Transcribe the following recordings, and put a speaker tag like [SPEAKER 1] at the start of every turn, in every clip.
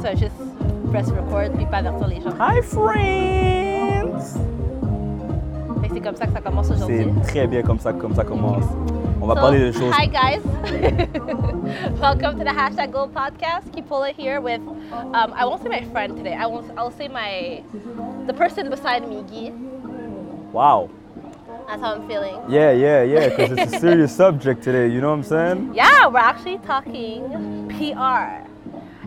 [SPEAKER 1] ça, juste press record puis pas avertir les gens.
[SPEAKER 2] Hi friends!
[SPEAKER 1] Fait que c'est comme ça que ça commence
[SPEAKER 2] C'est
[SPEAKER 1] aujourd'hui.
[SPEAKER 2] très bien comme ça comme ça commence. On va
[SPEAKER 1] So,
[SPEAKER 2] parler de choses.
[SPEAKER 1] Hi guys. Welcome to the hashtag Gold podcast. Keep it here with um, I won't say my friend today. I won't I'll say my the person beside me, Guy.
[SPEAKER 2] Wow.
[SPEAKER 1] That's how I'm feeling.
[SPEAKER 2] Yeah, yeah, yeah. Because it's a serious subject today. You know what I'm saying?
[SPEAKER 1] Yeah, we're actually talking PR.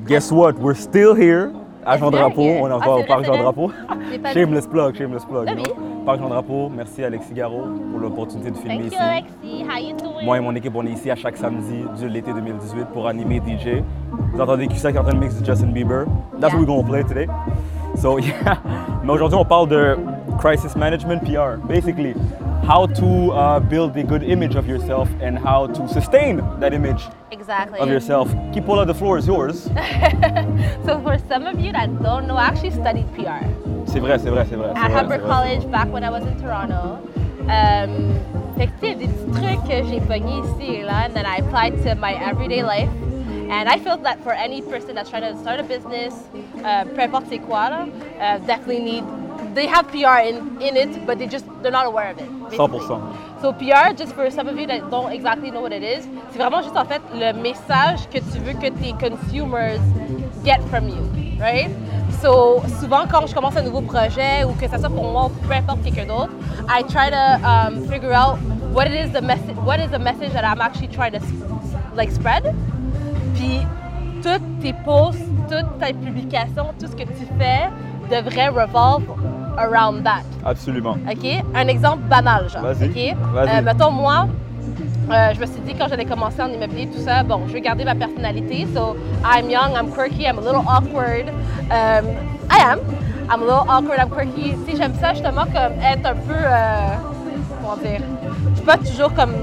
[SPEAKER 2] Guess what? We're still here. À Jean
[SPEAKER 1] Still
[SPEAKER 2] Drapeau,
[SPEAKER 1] here.
[SPEAKER 2] on est
[SPEAKER 1] Ah,
[SPEAKER 2] encore
[SPEAKER 1] c'est
[SPEAKER 2] au parc
[SPEAKER 1] vrai,
[SPEAKER 2] Jean
[SPEAKER 1] c'est
[SPEAKER 2] Drapeau.
[SPEAKER 1] J'ai pas
[SPEAKER 2] shameless plug, shameless plug.
[SPEAKER 1] Ah
[SPEAKER 2] you know. Parc Jean Drapeau, merci Alexis Garot pour l'opportunité de filmer
[SPEAKER 1] Thank
[SPEAKER 2] ici.
[SPEAKER 1] you, Alexi. How you doing?
[SPEAKER 2] Moi et mon équipe, on est ici à chaque samedi de l'été 2018 pour animer DJ. Vous entendez Cusack qui est en train de mixer Justin Bieber. That's what we're gonna play today. So yeah. Mais aujourd'hui, on parle de crisis management PR. Basically, how to uh, build a good image of yourself and how to sustain that image
[SPEAKER 1] Exactly.
[SPEAKER 2] of yourself. Kipola, the floor is yours.
[SPEAKER 1] So for some of you that don't know, I actually studied PR.
[SPEAKER 2] C'est vrai, c'est vrai, c'est vrai. c'est
[SPEAKER 1] à
[SPEAKER 2] vrai, c'est
[SPEAKER 1] Harper
[SPEAKER 2] vrai.
[SPEAKER 1] College back when I was in Toronto. Um, fait que, tu sais, des petits trucs que j'ai pognés ici et là, and then I applied to my everyday life. And I feel that for any person that's trying to start a business, uh, peu importe c'est quoi, là, uh, definitely need, they have PR in, in it, but they just, they're not aware of it. basically.
[SPEAKER 2] 100%.
[SPEAKER 1] So PR, just for some of you that don't exactly know what it is, c'est vraiment juste en fait le message que tu veux que tes consumers get from you, right? So souvent quand je commence un nouveau projet ou que ça soit pour moi ou peu importe quelqu'un d'autre, I try to um, figure out what it is the message, what is the message that I'm actually trying to s- like spread. Puis toutes tes posts, toutes tes publications, tout ce que tu fais devrait revolve around that.
[SPEAKER 2] Absolument.
[SPEAKER 1] OK? Un exemple banal, genre.
[SPEAKER 2] Vas-y.
[SPEAKER 1] OK?
[SPEAKER 2] Vas-y.
[SPEAKER 1] Euh, mettons, moi, euh, je me suis dit quand j'allais commencer en immobilier, tout ça, bon, je vais garder ma personnalité. So, I'm young, I'm quirky, I'm a little awkward. Um, I am. I'm a little awkward, I'm quirky. Tu sais, j'aime ça justement comme être un peu. euh, comment dire? Je suis pas toujours comme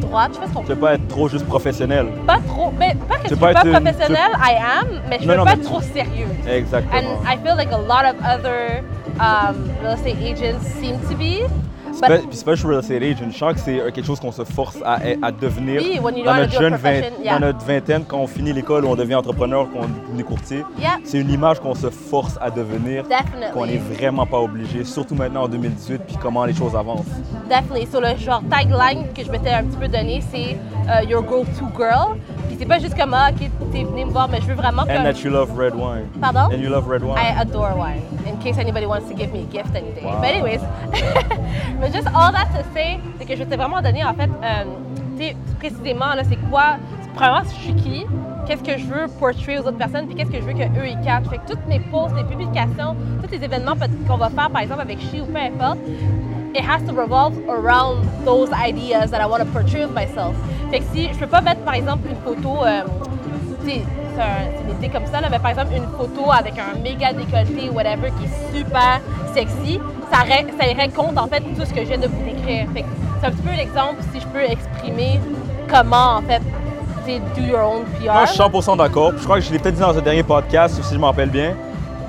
[SPEAKER 1] droite, je fais trop.
[SPEAKER 2] Tu veux pas être trop juste professionnel.
[SPEAKER 1] Pas trop. Mais pas que je
[SPEAKER 2] Tu
[SPEAKER 1] suis
[SPEAKER 2] veux pas
[SPEAKER 1] pas,
[SPEAKER 2] être une- tu-
[SPEAKER 1] professionnelle, I am, mais je
[SPEAKER 2] Non,
[SPEAKER 1] veux
[SPEAKER 2] non,
[SPEAKER 1] pas
[SPEAKER 2] mais tu-
[SPEAKER 1] trop sérieux. And
[SPEAKER 2] Exactement.
[SPEAKER 1] I feel like a lot of other um, real estate agents seem to be.
[SPEAKER 2] C'est pas-
[SPEAKER 1] But
[SPEAKER 2] Ben, Puis c'est pas juste real estate agent. Je sens que c'est euh, quelque chose qu'on se force à, eh, à devenir
[SPEAKER 1] Oui, when you
[SPEAKER 2] dans
[SPEAKER 1] wanna
[SPEAKER 2] notre
[SPEAKER 1] do a
[SPEAKER 2] jeune
[SPEAKER 1] profession,
[SPEAKER 2] vingt-
[SPEAKER 1] yeah.
[SPEAKER 2] dans notre vingtaine, quand on finit l'école, on devient entrepreneur, qu'on est courtier.
[SPEAKER 1] Yeah.
[SPEAKER 2] C'est une image qu'on se force à devenir,
[SPEAKER 1] Definitely.
[SPEAKER 2] qu'on n'est vraiment pas obligé, surtout maintenant en 2018, puis comment les choses avancent.
[SPEAKER 1] definitely, sur le genre tagline que je m'étais un petit peu donné, c'est euh, Your go-to girl. Puis c'est pas juste comme, ah, ok, t'es venu me voir, mais je veux vraiment
[SPEAKER 2] And that
[SPEAKER 1] que.
[SPEAKER 2] you love red wine.
[SPEAKER 1] Pardon?
[SPEAKER 2] And you love red wine.
[SPEAKER 1] I adore wine, in case anybody wants to give me a gift any day.
[SPEAKER 2] Wow.
[SPEAKER 1] But anyways, mais juste all that to say, c'est que je t'ai vraiment donné en fait, euh, tu sais, précisément là, c'est quoi, c'est- premièrement, je suis qui, qu'est-ce que je veux portray aux autres personnes, puis qu'est-ce que je veux que eux ils catchent. Fait que toutes mes posts, mes publications, tous les événements peut- qu'on va faire, par exemple avec She ou peu importe, it has to revolve around those ideas that I want to portray of myself. Fait que si je peux pas mettre par exemple une photo, euh, tu sais, c'est un- c'est une idée comme ça, là, mais par exemple une photo avec un méga décolleté, whatever, qui est super sexy, ça, ré- ça irait contre en fait tout ce que je viens de vous décrire. Fait que c'est un petit peu l'exemple si je peux exprimer comment en fait, tu sais, do your own PR.
[SPEAKER 2] Moi, Ah, je suis 100% d'accord. Je crois que je l'ai peut-être dit dans un dernier podcast, ou si je m'en rappelle bien.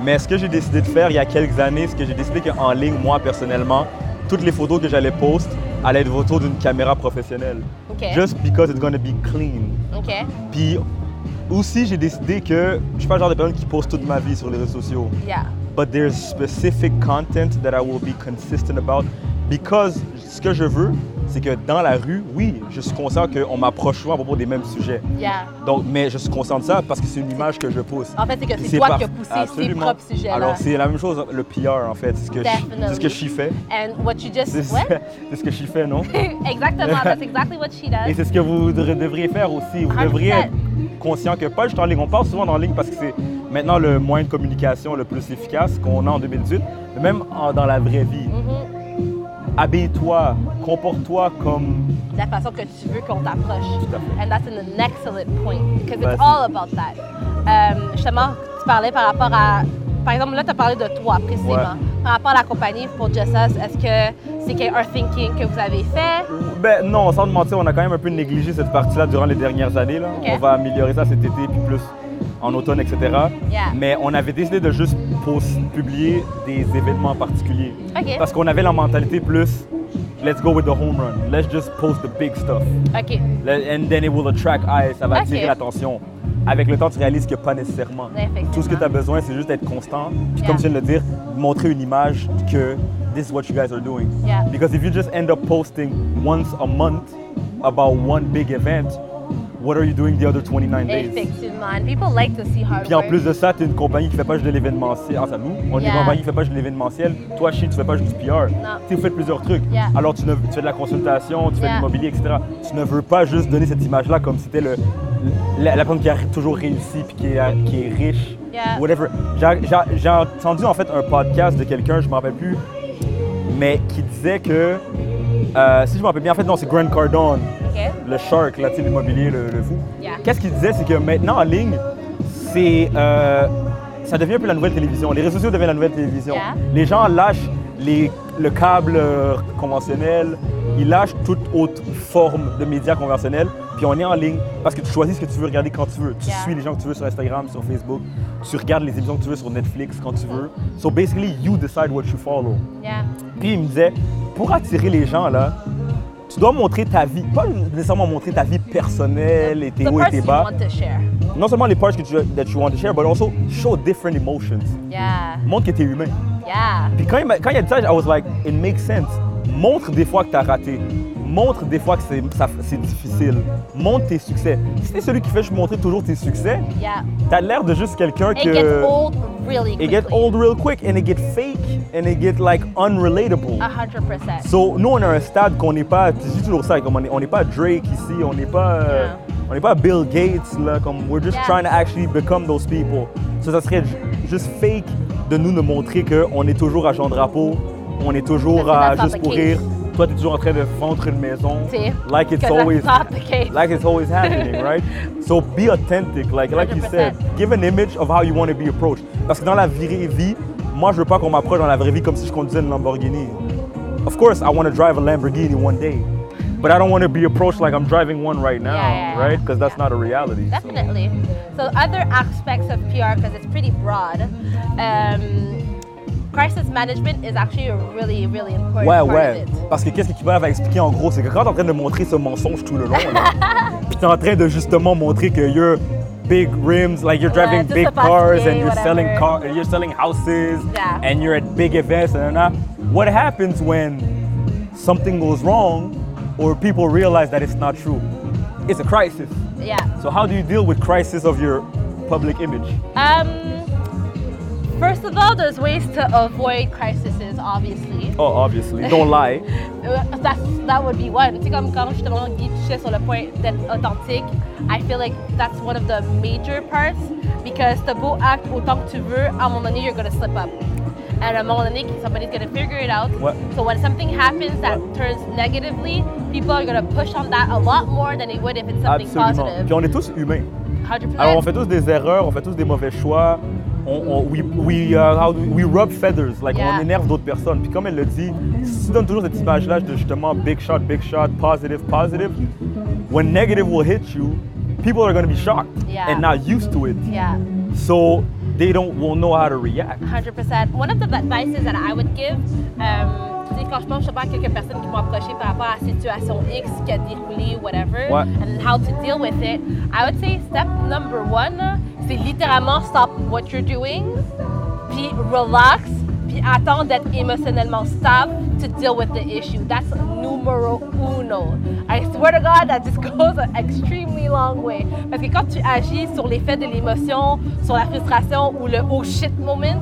[SPEAKER 2] Mais ce que j'ai décidé de faire il y a quelques années, c'est que j'ai décidé qu'en ligne, moi, personnellement, toutes les photos que j'allais poster allaient être autour d'une caméra professionnelle.
[SPEAKER 1] Ok.
[SPEAKER 2] Just because it's gonna be clean.
[SPEAKER 1] Ok.
[SPEAKER 2] Puis aussi, j'ai décidé que je suis pas le genre de personne qui poste toute ma vie sur les réseaux sociaux.
[SPEAKER 1] Yeah.
[SPEAKER 2] But there's specific content that I will be consistent about because ce que je veux, c'est que dans la rue, oui, je suis conscient qu'on m'approche souvent à propos des mêmes sujets.
[SPEAKER 1] Yeah.
[SPEAKER 2] Donc, mais je suis conscient de ça parce que c'est une image que je pousse.
[SPEAKER 1] En fait, c'est que
[SPEAKER 2] Puis
[SPEAKER 1] c'est toi
[SPEAKER 2] par-
[SPEAKER 1] qui as poussé
[SPEAKER 2] Absolument.
[SPEAKER 1] ces propres sujets-là.
[SPEAKER 2] Alors, c'est la même chose, le PR, en fait. C'est ce que je-
[SPEAKER 1] Definitely.
[SPEAKER 2] c'est ce que je fais.
[SPEAKER 1] And what you just
[SPEAKER 2] C'est
[SPEAKER 1] what?
[SPEAKER 2] c'est ce que je fais, non?
[SPEAKER 1] Exactement, that's exactly what she
[SPEAKER 2] Et
[SPEAKER 1] does.
[SPEAKER 2] c'est ce que vous de- devriez faire aussi. Vous
[SPEAKER 1] 100%.
[SPEAKER 2] devriez être conscient que pas juste en ligne. On parle souvent en ligne parce que c'est maintenant le moyen de communication le plus efficace qu'on a en 2018, mais même en- dans la vraie vie.
[SPEAKER 1] Mhm.
[SPEAKER 2] Habille-toi, comporte-toi comme.
[SPEAKER 1] De La façon que tu veux qu'on t'approche.
[SPEAKER 2] Tout à fait.
[SPEAKER 1] And that's an excellent point because
[SPEAKER 2] Vas-y.
[SPEAKER 1] it's all about that. Euh, justement, tu parlais par rapport à. Par exemple, là, tu as parlé de toi précisément.
[SPEAKER 2] Ouais.
[SPEAKER 1] Par rapport à la compagnie pour Just Us, est-ce que c'est que- un thinking que vous avez fait?
[SPEAKER 2] Ben non, sans te mentir, on a quand même un peu négligé cette partie-là durant les dernières années. Là.
[SPEAKER 1] Ok.
[SPEAKER 2] On va améliorer ça cet été, puis plus en automne, etc.
[SPEAKER 1] Yeah.
[SPEAKER 2] Mais on avait décidé de juste post- publier des événements particuliers.
[SPEAKER 1] OK.
[SPEAKER 2] Parce qu'on avait la mentalité plus let's go with the home run, let's just post the big stuff.
[SPEAKER 1] OK.
[SPEAKER 2] Le- And then it will attract eyes, ça va
[SPEAKER 1] Ok.
[SPEAKER 2] attirer l'attention. avec le temps, tu réalises qu'il n'y a pas nécessairement.
[SPEAKER 1] Effectivement.
[SPEAKER 2] Tout ce que tu as besoin, c'est juste d'être constant. Puis
[SPEAKER 1] Yeah.
[SPEAKER 2] comme je viens de le dire, montrer une image que this is what you guys are doing.
[SPEAKER 1] Yeah.
[SPEAKER 2] Because if you just end up posting once a month about one big event, what are you doing the other 29 days?
[SPEAKER 1] Effectivement. And people like to see hard
[SPEAKER 2] Puis en
[SPEAKER 1] work.
[SPEAKER 2] plus de ça, tu es une compagnie qui fait pas juste de l'événementiel. Ah, ça nous, on est
[SPEAKER 1] Yeah.
[SPEAKER 2] une compagnie qui fait pas juste de l'événementiel. Toi, Chi, tu fais pas juste du PR. Tu fais plusieurs trucs.
[SPEAKER 1] Yeah.
[SPEAKER 2] Alors, tu, ne- tu fais de la consultation, tu fais de
[SPEAKER 1] Yeah.
[SPEAKER 2] l'immobilier, etc. Tu ne veux pas juste donner cette image-là comme si c'était le, la, la personne qui a toujours réussi puis qui est, qui est riche.
[SPEAKER 1] Yeah.
[SPEAKER 2] Whatever. J'ai- j'ai- J'ai entendu en fait un podcast de quelqu'un, je ne me rappelle plus, mais qui disait que. euh, si je me rappelle bien, en fait, non, c'est Grant Cardone
[SPEAKER 1] OK.
[SPEAKER 2] le shark, là, tu sais, l'immobilier, le, le fou.
[SPEAKER 1] Yeah.
[SPEAKER 2] Qu'est-ce qu'il disait, c'est que maintenant en ligne, c'est, euh, ça devient un peu la nouvelle télévision. Les réseaux sociaux deviennent la nouvelle télévision.
[SPEAKER 1] Yeah.
[SPEAKER 2] Les gens lâchent les- le câble euh, conventionnel, ils lâchent toute autre forme de médias conventionnels, puis on est en ligne parce que tu choisis ce que tu veux regarder quand tu veux. Tu
[SPEAKER 1] Yeah.
[SPEAKER 2] suis les gens que tu veux sur Instagram, sur Facebook, tu regardes les émissions que tu veux sur Netflix quand tu veux. So basically, you decide what you follow.
[SPEAKER 1] Yeah.
[SPEAKER 2] Puis il me disait, pour attirer les gens, là, tu dois montrer ta vie. Pas nécessairement montrer ta vie personnelle et tes
[SPEAKER 1] The
[SPEAKER 2] hauts et
[SPEAKER 1] parts
[SPEAKER 2] tes
[SPEAKER 1] you
[SPEAKER 2] bas.
[SPEAKER 1] want to share.
[SPEAKER 2] Non seulement les parts que tu, that you want to share, but also show different emotions.
[SPEAKER 1] Yeah.
[SPEAKER 2] Montre que t'es humain.
[SPEAKER 1] Yeah.
[SPEAKER 2] Puis quand il, m'a- quand il a dit ça, I was like, it makes sense. Montre des fois que t'as raté. Montre des fois que c'est, ça- c'est difficile. Montre tes succès. Si t'es celui qui fait juste montrer toujours tes succès,
[SPEAKER 1] Yeah.
[SPEAKER 2] t'as l'air de juste quelqu'un
[SPEAKER 1] It
[SPEAKER 2] que...
[SPEAKER 1] gets old really quickly.
[SPEAKER 2] It get old real quick and it get fake and it get like unrelatable.
[SPEAKER 1] 100%.
[SPEAKER 2] So, nous, on a un stade qu'on n'est pas, puis je dis toujours ça, comme on n'est on n'est pas Drake ici, on n'est pas, euh,
[SPEAKER 1] Yeah.
[SPEAKER 2] on n'est pas Bill Gates, là, comme we're just
[SPEAKER 1] Yeah.
[SPEAKER 2] trying to actually become those people. So, ça serait ju- juste fake de nous nous montrer qu'on est toujours à Jean Drapeau, on est toujours
[SPEAKER 1] Parce que
[SPEAKER 2] à
[SPEAKER 1] that's
[SPEAKER 2] Juste
[SPEAKER 1] not
[SPEAKER 2] pour
[SPEAKER 1] the case.
[SPEAKER 2] rire, toi, t'es toujours en train de vendre une maison,
[SPEAKER 1] See?
[SPEAKER 2] like it's
[SPEAKER 1] Because
[SPEAKER 2] always,
[SPEAKER 1] that's not the case.
[SPEAKER 2] like it's always happening, right? So, be authentic, like, like you said,
[SPEAKER 1] 100%.
[SPEAKER 2] give an image of how you want to be approached. Parce que dans la vraie vie, moi, je veux pas qu'on m'approche dans la vraie vie comme si je conduisais une Lamborghini. Of course, I want to drive a Lamborghini one day, but I don't want to be approached like I'm driving one right now,
[SPEAKER 1] Yeah, yeah,
[SPEAKER 2] right? Because that's
[SPEAKER 1] yeah.
[SPEAKER 2] not a reality. so-
[SPEAKER 1] Definitely. So other aspects of PR, because it's pretty broad, um, crisis management is actually a really, really important
[SPEAKER 2] Ouais,
[SPEAKER 1] part
[SPEAKER 2] ouais.
[SPEAKER 1] of it.
[SPEAKER 2] Parce que qu'est-ce que Kiba va expliquer en gros, c'est que quand t'es en train de montrer ce mensonge tout le long, là, puis t'es en train de justement montrer que you're big rims, like you're
[SPEAKER 1] Ouais,
[SPEAKER 2] driving
[SPEAKER 1] tout
[SPEAKER 2] big
[SPEAKER 1] se passe
[SPEAKER 2] cars
[SPEAKER 1] bien,
[SPEAKER 2] and you're
[SPEAKER 1] whatever.
[SPEAKER 2] selling car, you're selling houses
[SPEAKER 1] Yeah.
[SPEAKER 2] and you're at big events and that. What happens when something goes wrong or people realize that it's not true? It's a crisis.
[SPEAKER 1] Yeah.
[SPEAKER 2] So how do you deal with crisis of your public image?
[SPEAKER 1] Um, first of all, there's ways to avoid crises, obviously.
[SPEAKER 2] Oh, obviously, don't lie.
[SPEAKER 1] Euh, That's, that would be one. Tu sais, comme quand justement Guy touchait sur le point d'être authentique, I feel like that's one of the major parts because t'as beau acte autant que tu veux, à un moment donné, you're gonna slip up. And à un moment donné, somebody's gonna figure it out.
[SPEAKER 2] Ouais.
[SPEAKER 1] So when something happens that turns negatively, people are gonna push on that a lot more than they would if it's something
[SPEAKER 2] Absolument. Puis
[SPEAKER 1] positive.
[SPEAKER 2] on est tous humains.
[SPEAKER 1] 100%.
[SPEAKER 2] Alors on fait tous des erreurs, on fait tous des mauvais choix. On, on- we, we, uh, how do- we rub feathers, like
[SPEAKER 1] Yeah.
[SPEAKER 2] on énerve d'autres personnes. Puis comme elle le dit, si tu donnes toujours cette image-là de justement big shot, big shot, positive, positive, when negative will hit you, people are going to be shocked
[SPEAKER 1] Yeah.
[SPEAKER 2] and not used to it.
[SPEAKER 1] Yeah.
[SPEAKER 2] So they don't will know how to react.
[SPEAKER 1] 100%. One of the advices that I would give, um, tu sais, quand je pense justement à quelques personnes qui m'ont approché par rapport à la situation X qui a déroulé, whatever,
[SPEAKER 2] Ouais.
[SPEAKER 1] and how to deal with it, I would say step number one, c'est littéralement stop what you're doing, puis relax, puis attends d'être émotionnellement stable to deal with the issue. That's numero uno. I swear to God, that just goes an extremely long way. Parce que quand tu agis sur l'effet de l'émotion, sur la frustration ou le oh shit moment,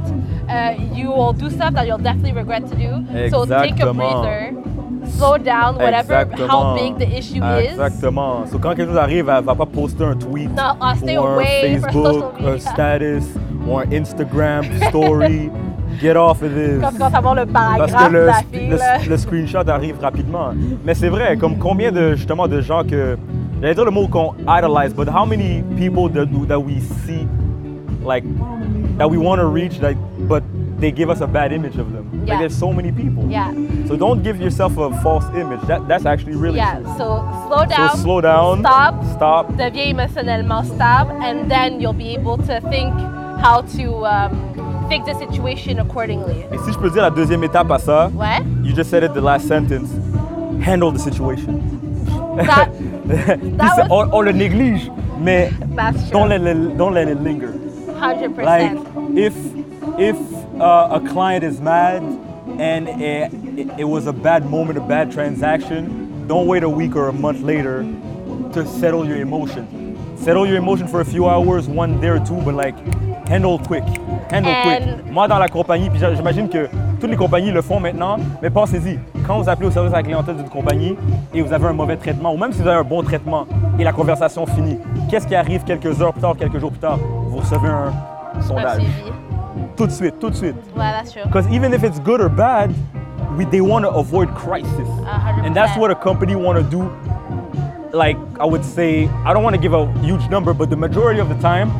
[SPEAKER 1] uh, you will do stuff that you'll definitely regret to do. So take a
[SPEAKER 2] Exactement.
[SPEAKER 1] breather, slow down, whatever, how big the issue is.
[SPEAKER 2] Exactement. So quand quelque chose arrive, elle va pas poster un tweet
[SPEAKER 1] Non, ah, stay
[SPEAKER 2] ou un
[SPEAKER 1] away from
[SPEAKER 2] Facebook,
[SPEAKER 1] social media.
[SPEAKER 2] un status ou un Instagram story. Get off of this.
[SPEAKER 1] Comme quand savoir le
[SPEAKER 2] Parce
[SPEAKER 1] paragraphe
[SPEAKER 2] que
[SPEAKER 1] de
[SPEAKER 2] le,
[SPEAKER 1] la fille.
[SPEAKER 2] le-
[SPEAKER 1] là.
[SPEAKER 2] le screenshot arrive rapidement. Mais c'est vrai, comme combien de justement de gens que j'allais dire le mot qu'on idolize, but how many people that, that we see like that we want to reach like but they give us a bad image of them.
[SPEAKER 1] Yeah.
[SPEAKER 2] Like there's so many people.
[SPEAKER 1] Yeah.
[SPEAKER 2] So don't give yourself a false image. That, that's actually really
[SPEAKER 1] Yeah,
[SPEAKER 2] true.
[SPEAKER 1] so slow down.
[SPEAKER 2] So slow down.
[SPEAKER 1] Stop.
[SPEAKER 2] Stop.
[SPEAKER 1] Deviens émotionnellement stable, and then you'll be able to think how to um, fix the situation accordingly.
[SPEAKER 2] Et si je peux dire la deuxième étape à ça,
[SPEAKER 1] Ouais.
[SPEAKER 2] you just said it the last sentence. Handle the situation.
[SPEAKER 1] That,
[SPEAKER 2] Puis
[SPEAKER 1] That
[SPEAKER 2] c'est-
[SPEAKER 1] was-
[SPEAKER 2] on, on le néglige. mais
[SPEAKER 1] That's true.
[SPEAKER 2] don't let it, don't let it linger.
[SPEAKER 1] 100%.
[SPEAKER 2] Like if if uh, a client is mad and it, it, it was a bad moment, a bad transaction, don't wait a week or a month later to settle your emotion. Settle your emotion for a few hours, one day or two, but like handle quick, handle
[SPEAKER 1] And-
[SPEAKER 2] quick. Moi dans la compagnie, puis j'a- j'imagine que toutes les compagnies le font maintenant, mais pensez-y, quand vous appelez au service à la clientèle d'une compagnie et vous avez un mauvais traitement, ou même si vous avez un bon traitement et la conversation finit, qu'est-ce qui arrive quelques heures plus tard, quelques jours plus tard? Vous recevez un
[SPEAKER 1] Un
[SPEAKER 2] sondage.
[SPEAKER 1] suivi.
[SPEAKER 2] Tout de suite, tout de suite.
[SPEAKER 1] Ouais, that's true.
[SPEAKER 2] Because even if it's good or bad, we, they want to avoid crisis.
[SPEAKER 1] hundred
[SPEAKER 2] And that's
[SPEAKER 1] percent.
[SPEAKER 2] what a company want to do. Like, I would say, I don't want to give a huge number, but the majority of the time,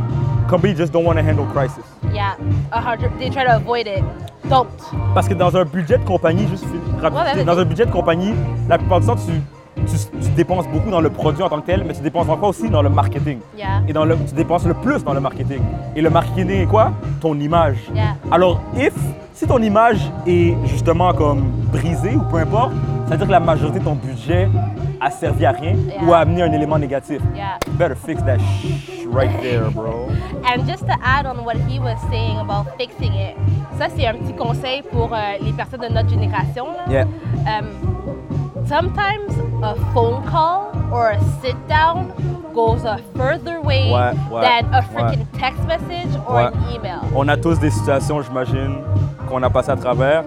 [SPEAKER 2] companies just don't want to handle crisis.
[SPEAKER 1] Yeah, 100. They try to avoid it. Don't.
[SPEAKER 2] Parce que dans un budget de compagnie, juste fi- rapide,
[SPEAKER 1] Ouais, ouais,
[SPEAKER 2] dans
[SPEAKER 1] vas-y.
[SPEAKER 2] un budget de compagnie, la plupart du temps, tu, tu- tu dépenses beaucoup dans le produit en tant que tel, mais tu dépenses encore aussi dans le marketing.
[SPEAKER 1] Yeah.
[SPEAKER 2] Et dans le, tu dépenses le plus dans le marketing. Et le marketing est quoi? Ton image.
[SPEAKER 1] Yeah.
[SPEAKER 2] Alors, if, si ton image est justement comme brisée ou peu importe, ça veut dire que la majorité de ton budget a servi à rien
[SPEAKER 1] Yeah.
[SPEAKER 2] ou a amené un élément négatif.
[SPEAKER 1] Yeah.
[SPEAKER 2] You better fix that sh right there, bro.
[SPEAKER 1] And just to add on what he was saying about fixing it, ça c'est un petit conseil pour euh, les personnes de notre génération. là.
[SPEAKER 2] Yeah.
[SPEAKER 1] Um, sometimes a phone call or a sit down goes a further way
[SPEAKER 2] Ouais, ouais,
[SPEAKER 1] than a
[SPEAKER 2] ouais.
[SPEAKER 1] freaking text message or
[SPEAKER 2] Ouais.
[SPEAKER 1] an email.
[SPEAKER 2] On a tous des situations, j'imagine, qu'on a passé à travers,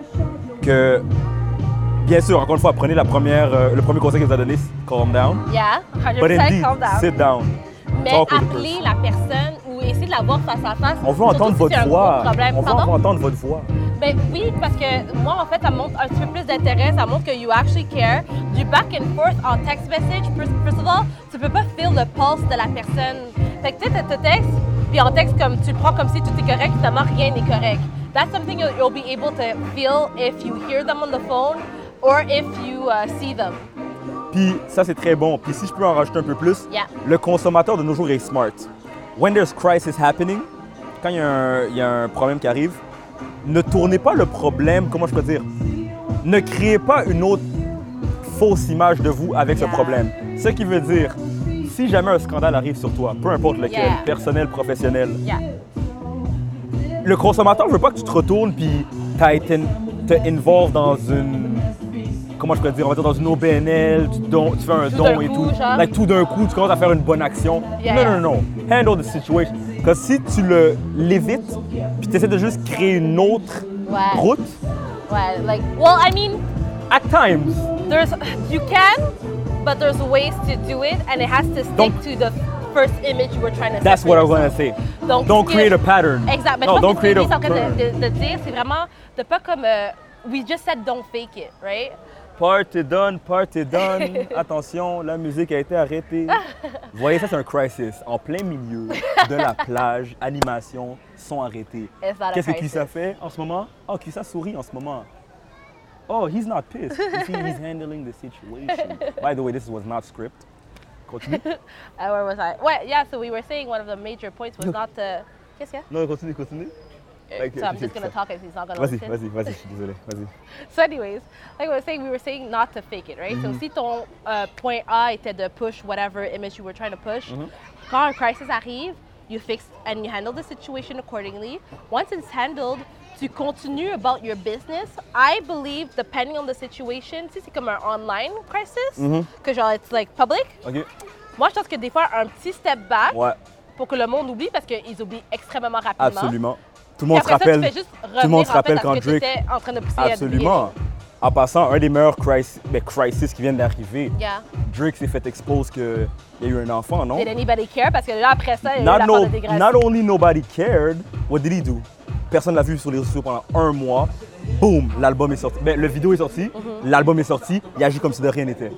[SPEAKER 2] que, bien sûr, encore une fois, prenez la première, euh, le premier conseil que vous a donné, c'est calm down.
[SPEAKER 1] Yeah, 100%
[SPEAKER 2] But indeed,
[SPEAKER 1] calm down.
[SPEAKER 2] sit down.
[SPEAKER 1] Mais
[SPEAKER 2] Talk with the
[SPEAKER 1] appeler
[SPEAKER 2] person.
[SPEAKER 1] la personne ou essayer de la voir face à face.
[SPEAKER 2] On veut
[SPEAKER 1] surtout
[SPEAKER 2] entendre
[SPEAKER 1] si c'est
[SPEAKER 2] votre
[SPEAKER 1] un gros
[SPEAKER 2] voix.
[SPEAKER 1] Problème.
[SPEAKER 2] On veut
[SPEAKER 1] Pardon?
[SPEAKER 2] entendre votre voix.
[SPEAKER 1] Ben oui, parce que moi, en fait, ça montre un petit peu plus d'intérêt, ça montre que you actually care. Du back and forth en text message, first, first of all, tu peux pas feel le pulse de la personne. Fait que tu sais, tu te textes, puis en texte, comme, tu le prends comme si tout est correct, finalement, rien n'est correct. That's something you'll, you'll be able to feel if you hear them on the phone or if you uh, see them.
[SPEAKER 2] Puis ça, c'est très bon. Puis si je peux en rajouter un peu plus,
[SPEAKER 1] Yeah.
[SPEAKER 2] le consommateur de nos jours est smart. When there's crisis happening, quand il y, a un- il y a un problème qui arrive, ne tournez pas le problème, comment je peux dire, ne créez pas une autre fausse image de vous avec
[SPEAKER 1] Yeah.
[SPEAKER 2] ce problème. Ce qui veut dire, si jamais un scandale arrive sur toi, peu importe lequel,
[SPEAKER 1] Yeah.
[SPEAKER 2] personnel, professionnel,
[SPEAKER 1] Yeah.
[SPEAKER 2] le consommateur veut pas que tu te retournes puis t'ailles t'in- te involve dans une comment je pourrais dire on va dire dans une OBNL tu, don- tu fais un
[SPEAKER 1] Tout d'un
[SPEAKER 2] don et
[SPEAKER 1] coup,
[SPEAKER 2] tout
[SPEAKER 1] genre.
[SPEAKER 2] Like, tout d'un coup tu commences à faire une bonne action
[SPEAKER 1] Yeah.
[SPEAKER 2] non non non handle the situation parce que si tu le l'évites puis tu essaies de juste créer une autre
[SPEAKER 1] Ouais.
[SPEAKER 2] route
[SPEAKER 1] Ouais, like, well, I mean,
[SPEAKER 2] at times
[SPEAKER 1] there's you can, but there's ways to do it, and it has to stick
[SPEAKER 2] Donc-
[SPEAKER 1] to the first image you were trying to. set
[SPEAKER 2] that's
[SPEAKER 1] for
[SPEAKER 2] what I'm
[SPEAKER 1] yourself.
[SPEAKER 2] gonna say
[SPEAKER 1] Donc,
[SPEAKER 2] don't
[SPEAKER 1] ce que-
[SPEAKER 2] create a pattern
[SPEAKER 1] Exact. Mais
[SPEAKER 2] non
[SPEAKER 1] je pense
[SPEAKER 2] don't
[SPEAKER 1] que ce que
[SPEAKER 2] create a
[SPEAKER 1] Lise est en train
[SPEAKER 2] pattern
[SPEAKER 1] de, de- de dire, c'est vraiment de pas comme euh, we just said don't fake it, right?
[SPEAKER 2] Party done, party done. Attention, la musique a été arrêtée. Vous voyez, ça, c'est un crisis. En plein milieu de la plage, animation, sont arrêtés.
[SPEAKER 1] It's not a
[SPEAKER 2] Qu'est-ce que
[SPEAKER 1] crisis.
[SPEAKER 2] Kisa fait en ce moment? Oh, Kisa sourit en ce moment. Oh, he's not pissed. You see, he's handling the situation. By the way, this was not script. Continue.
[SPEAKER 1] Uh, where was I? Ouais, yeah. So we were saying one of the major points was not to. Qu'est-ce qu'il y a?
[SPEAKER 2] Non, continue, continue. Ok,
[SPEAKER 1] so I'm
[SPEAKER 2] ok,
[SPEAKER 1] just gonna
[SPEAKER 2] ça.
[SPEAKER 1] talk and he's not gonna
[SPEAKER 2] Vas-y,
[SPEAKER 1] listen.
[SPEAKER 2] vas-y, vas-y, je suis désolé, vas-y.
[SPEAKER 1] So, anyways, like I was saying, we were saying not to fake it, right?
[SPEAKER 2] Mm-hmm.
[SPEAKER 1] So, si ton euh, point A était de push whatever image you were trying to push,
[SPEAKER 2] Mm-hmm.
[SPEAKER 1] quand un crisis arrive, you fix and you handle the situation accordingly. Once it's handled, tu continues about your business. I believe, depending on the situation, si c'est comme un online crisis,
[SPEAKER 2] Mm-hmm.
[SPEAKER 1] que genre, it's like public,
[SPEAKER 2] OK.
[SPEAKER 1] moi, je pense que des fois, un petit step back
[SPEAKER 2] Ouais,
[SPEAKER 1] pour que le monde oublie parce qu'ils oublient extrêmement rapidement.
[SPEAKER 2] absolument. Tout
[SPEAKER 1] Puis
[SPEAKER 2] le monde
[SPEAKER 1] après
[SPEAKER 2] se
[SPEAKER 1] ça, tu
[SPEAKER 2] rappelle.
[SPEAKER 1] fais juste
[SPEAKER 2] tout le monde
[SPEAKER 1] revenir,
[SPEAKER 2] se
[SPEAKER 1] en fait,
[SPEAKER 2] rappelle
[SPEAKER 1] à ce
[SPEAKER 2] quand
[SPEAKER 1] que
[SPEAKER 2] Drake-
[SPEAKER 1] t'étais en train de pousser à oublier.
[SPEAKER 2] Absolument. En passant, un des meilleurs crisis, ben, crisis qui viennent d'arriver,
[SPEAKER 1] Yeah.
[SPEAKER 2] Drake s'est fait expose qu'il y a eu un enfant, non?
[SPEAKER 1] Did anybody care? Parce que là, après ça, il y a eu
[SPEAKER 2] Not,
[SPEAKER 1] la
[SPEAKER 2] no-
[SPEAKER 1] part de dégrassi.
[SPEAKER 2] not only nobody cared, what did he do? Personne l'a vu sur les réseaux sociaux pendant un mois. Boom, l'album est sorti. Ben, le vidéo est sorti,
[SPEAKER 1] Mhm.
[SPEAKER 2] l'album est sorti, il agit comme si de rien n'était.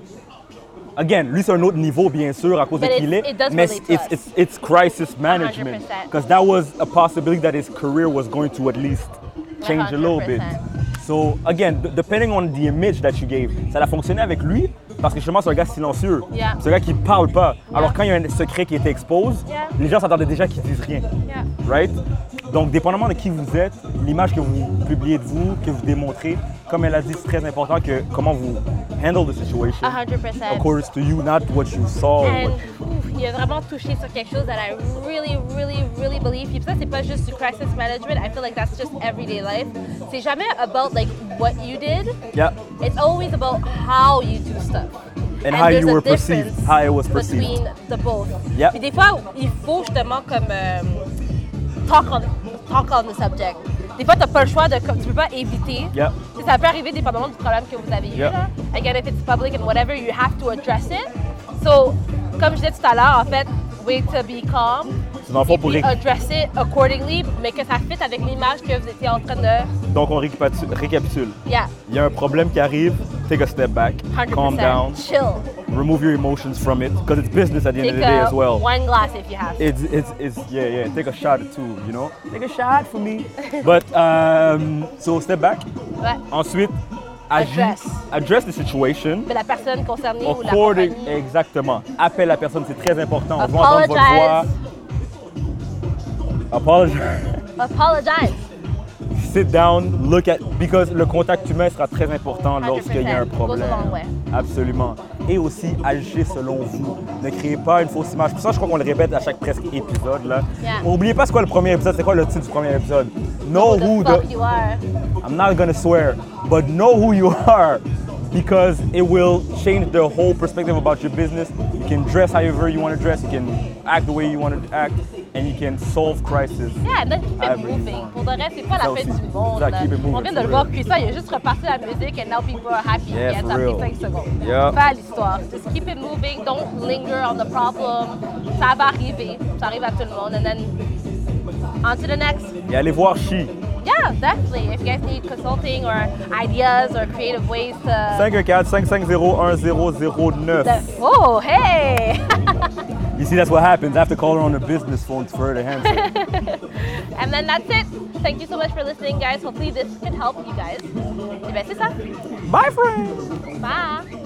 [SPEAKER 2] Again, lui, c'est un autre niveau, bien sûr, à cause
[SPEAKER 1] But
[SPEAKER 2] de qui il
[SPEAKER 1] it's-
[SPEAKER 2] est.
[SPEAKER 1] it does
[SPEAKER 2] mais
[SPEAKER 1] relate to
[SPEAKER 2] it's,
[SPEAKER 1] us.
[SPEAKER 2] it's, it's crisis management.
[SPEAKER 1] 100%.
[SPEAKER 2] Because that was a possibility that his career was going to at least change a little bit.
[SPEAKER 1] 100%.
[SPEAKER 2] So, again, d- depending on the image that you gave, ça a fonctionné avec lui parce que justement, c'est un gars silencieux.
[SPEAKER 1] Yeah.
[SPEAKER 2] C'est un gars qui parle pas. Alors, quand il y a un secret qui est expose,
[SPEAKER 1] Yeah.
[SPEAKER 2] les gens s'attendaient déjà qu'ils disent rien.
[SPEAKER 1] Yeah.
[SPEAKER 2] Right? Donc, dépendamment de qui vous êtes, l'image que vous publiez de vous, que vous démontrez, comme elle a dit, c'est très important que comment vous handle the situation.
[SPEAKER 1] 100%.
[SPEAKER 2] Of course, to you, not what you saw.
[SPEAKER 1] Ah, And
[SPEAKER 2] what-
[SPEAKER 1] oof, il a vraiment touché sur quelque chose that I really, really, really believe. Puis ça, c'est pas juste du crisis management. I feel like that's just everyday life. C'est jamais about like what you did.
[SPEAKER 2] Yeah.
[SPEAKER 1] It's always about how you do stuff.
[SPEAKER 2] And how
[SPEAKER 1] there's
[SPEAKER 2] you
[SPEAKER 1] a
[SPEAKER 2] were perceived.
[SPEAKER 1] difference
[SPEAKER 2] How it was perceived.
[SPEAKER 1] Between the both.
[SPEAKER 2] Yep.
[SPEAKER 1] Puis des fois, il faut justement comme euh, um, talk on talk on the subject. Des fois, t'as pas le choix de comme tu peux pas éviter.
[SPEAKER 2] Yep.
[SPEAKER 1] Puis Ça peut arriver dépendamment du problème que vous avez eu.
[SPEAKER 2] Yep.
[SPEAKER 1] là. Again, if it's public and whatever, you have to address it. So, comme je disais tout à l'heure, en fait, wait to be calm.
[SPEAKER 2] C'est dans le fond
[SPEAKER 1] Et
[SPEAKER 2] pour
[SPEAKER 1] puis
[SPEAKER 2] ré-
[SPEAKER 1] address it accordingly, mais que ça fit avec l'image que vous étiez en train de.
[SPEAKER 2] Donc on récapitule. récapitule.
[SPEAKER 1] Yeah,
[SPEAKER 2] Il y a un problème qui arrive. Take a step back.
[SPEAKER 1] 100%.
[SPEAKER 2] Calm down.
[SPEAKER 1] Chill.
[SPEAKER 2] Remove your emotions from it because it's business at the end of
[SPEAKER 1] Take
[SPEAKER 2] the day
[SPEAKER 1] a
[SPEAKER 2] as well.
[SPEAKER 1] wine glass if you have.
[SPEAKER 2] It's, it's, it's, yeah, yeah, take a shot or two, you know? Take a shot for me. But, um, so step back.
[SPEAKER 1] Ouais.
[SPEAKER 2] Ensuite, agis.
[SPEAKER 1] Address.
[SPEAKER 2] Address the situation.
[SPEAKER 1] Mais la personne concernée ou la
[SPEAKER 2] According-
[SPEAKER 1] compagnie.
[SPEAKER 2] exactement. Appelle la personne, c'est très important. On veut entendre votre voix. Apologize.
[SPEAKER 1] Apologize.
[SPEAKER 2] Sit down, look at. Because le contact humain sera très important
[SPEAKER 1] 100%.
[SPEAKER 2] lorsqu'il y a un
[SPEAKER 1] Goes a long
[SPEAKER 2] problème.
[SPEAKER 1] way.
[SPEAKER 2] Absolument. Et aussi, agissez selon vous. Ne créez pas une fausse image. Pour ça, je crois qu'on le répète à chaque presque épisode. Là.
[SPEAKER 1] Yeah.
[SPEAKER 2] Oubliez pas c'est quoi le premier épisode, c'est quoi le titre du premier épisode. Know
[SPEAKER 1] Who
[SPEAKER 2] who
[SPEAKER 1] the fuck
[SPEAKER 2] the-
[SPEAKER 1] you are.
[SPEAKER 2] I'm not gonna swear, but know who you are because it will change the whole perspective about your business. You can dress however you want to dress, you can act the way you want to act, and you can solve crisis.
[SPEAKER 1] Yeah, and then keep
[SPEAKER 2] I
[SPEAKER 1] it
[SPEAKER 2] agree.
[SPEAKER 1] moving. Pour de vrai, c'est pas la
[SPEAKER 2] Ça
[SPEAKER 1] fin
[SPEAKER 2] aussi.
[SPEAKER 1] du monde.
[SPEAKER 2] Exact,
[SPEAKER 1] là.
[SPEAKER 2] keep it moving,
[SPEAKER 1] On vient de
[SPEAKER 2] for
[SPEAKER 1] le voir
[SPEAKER 2] real.
[SPEAKER 1] cuisson, il a juste reparti la musique and now people are happy.
[SPEAKER 2] Yeah,
[SPEAKER 1] Puis
[SPEAKER 2] for
[SPEAKER 1] ça a pris
[SPEAKER 2] real.
[SPEAKER 1] 5 secondes.
[SPEAKER 2] Yeah.
[SPEAKER 1] Pas l'histoire. Just keep it moving, don't linger on the problem. Ça va arriver. Ça arrive à tout le monde. And then, on to the next.
[SPEAKER 2] Et allez voir Chi.
[SPEAKER 1] Yeah, definitely. If you guys need consulting or ideas or creative ways to...
[SPEAKER 2] 514-550-1009.
[SPEAKER 1] Oh, hey!
[SPEAKER 2] You see, that's what happens. I have to call her on the business phone for her to answer.
[SPEAKER 1] And then that's it. Thank you so much for listening, guys. Hopefully this can help you guys. Et ben c'est ça.
[SPEAKER 2] Bye, friends!
[SPEAKER 1] Bye.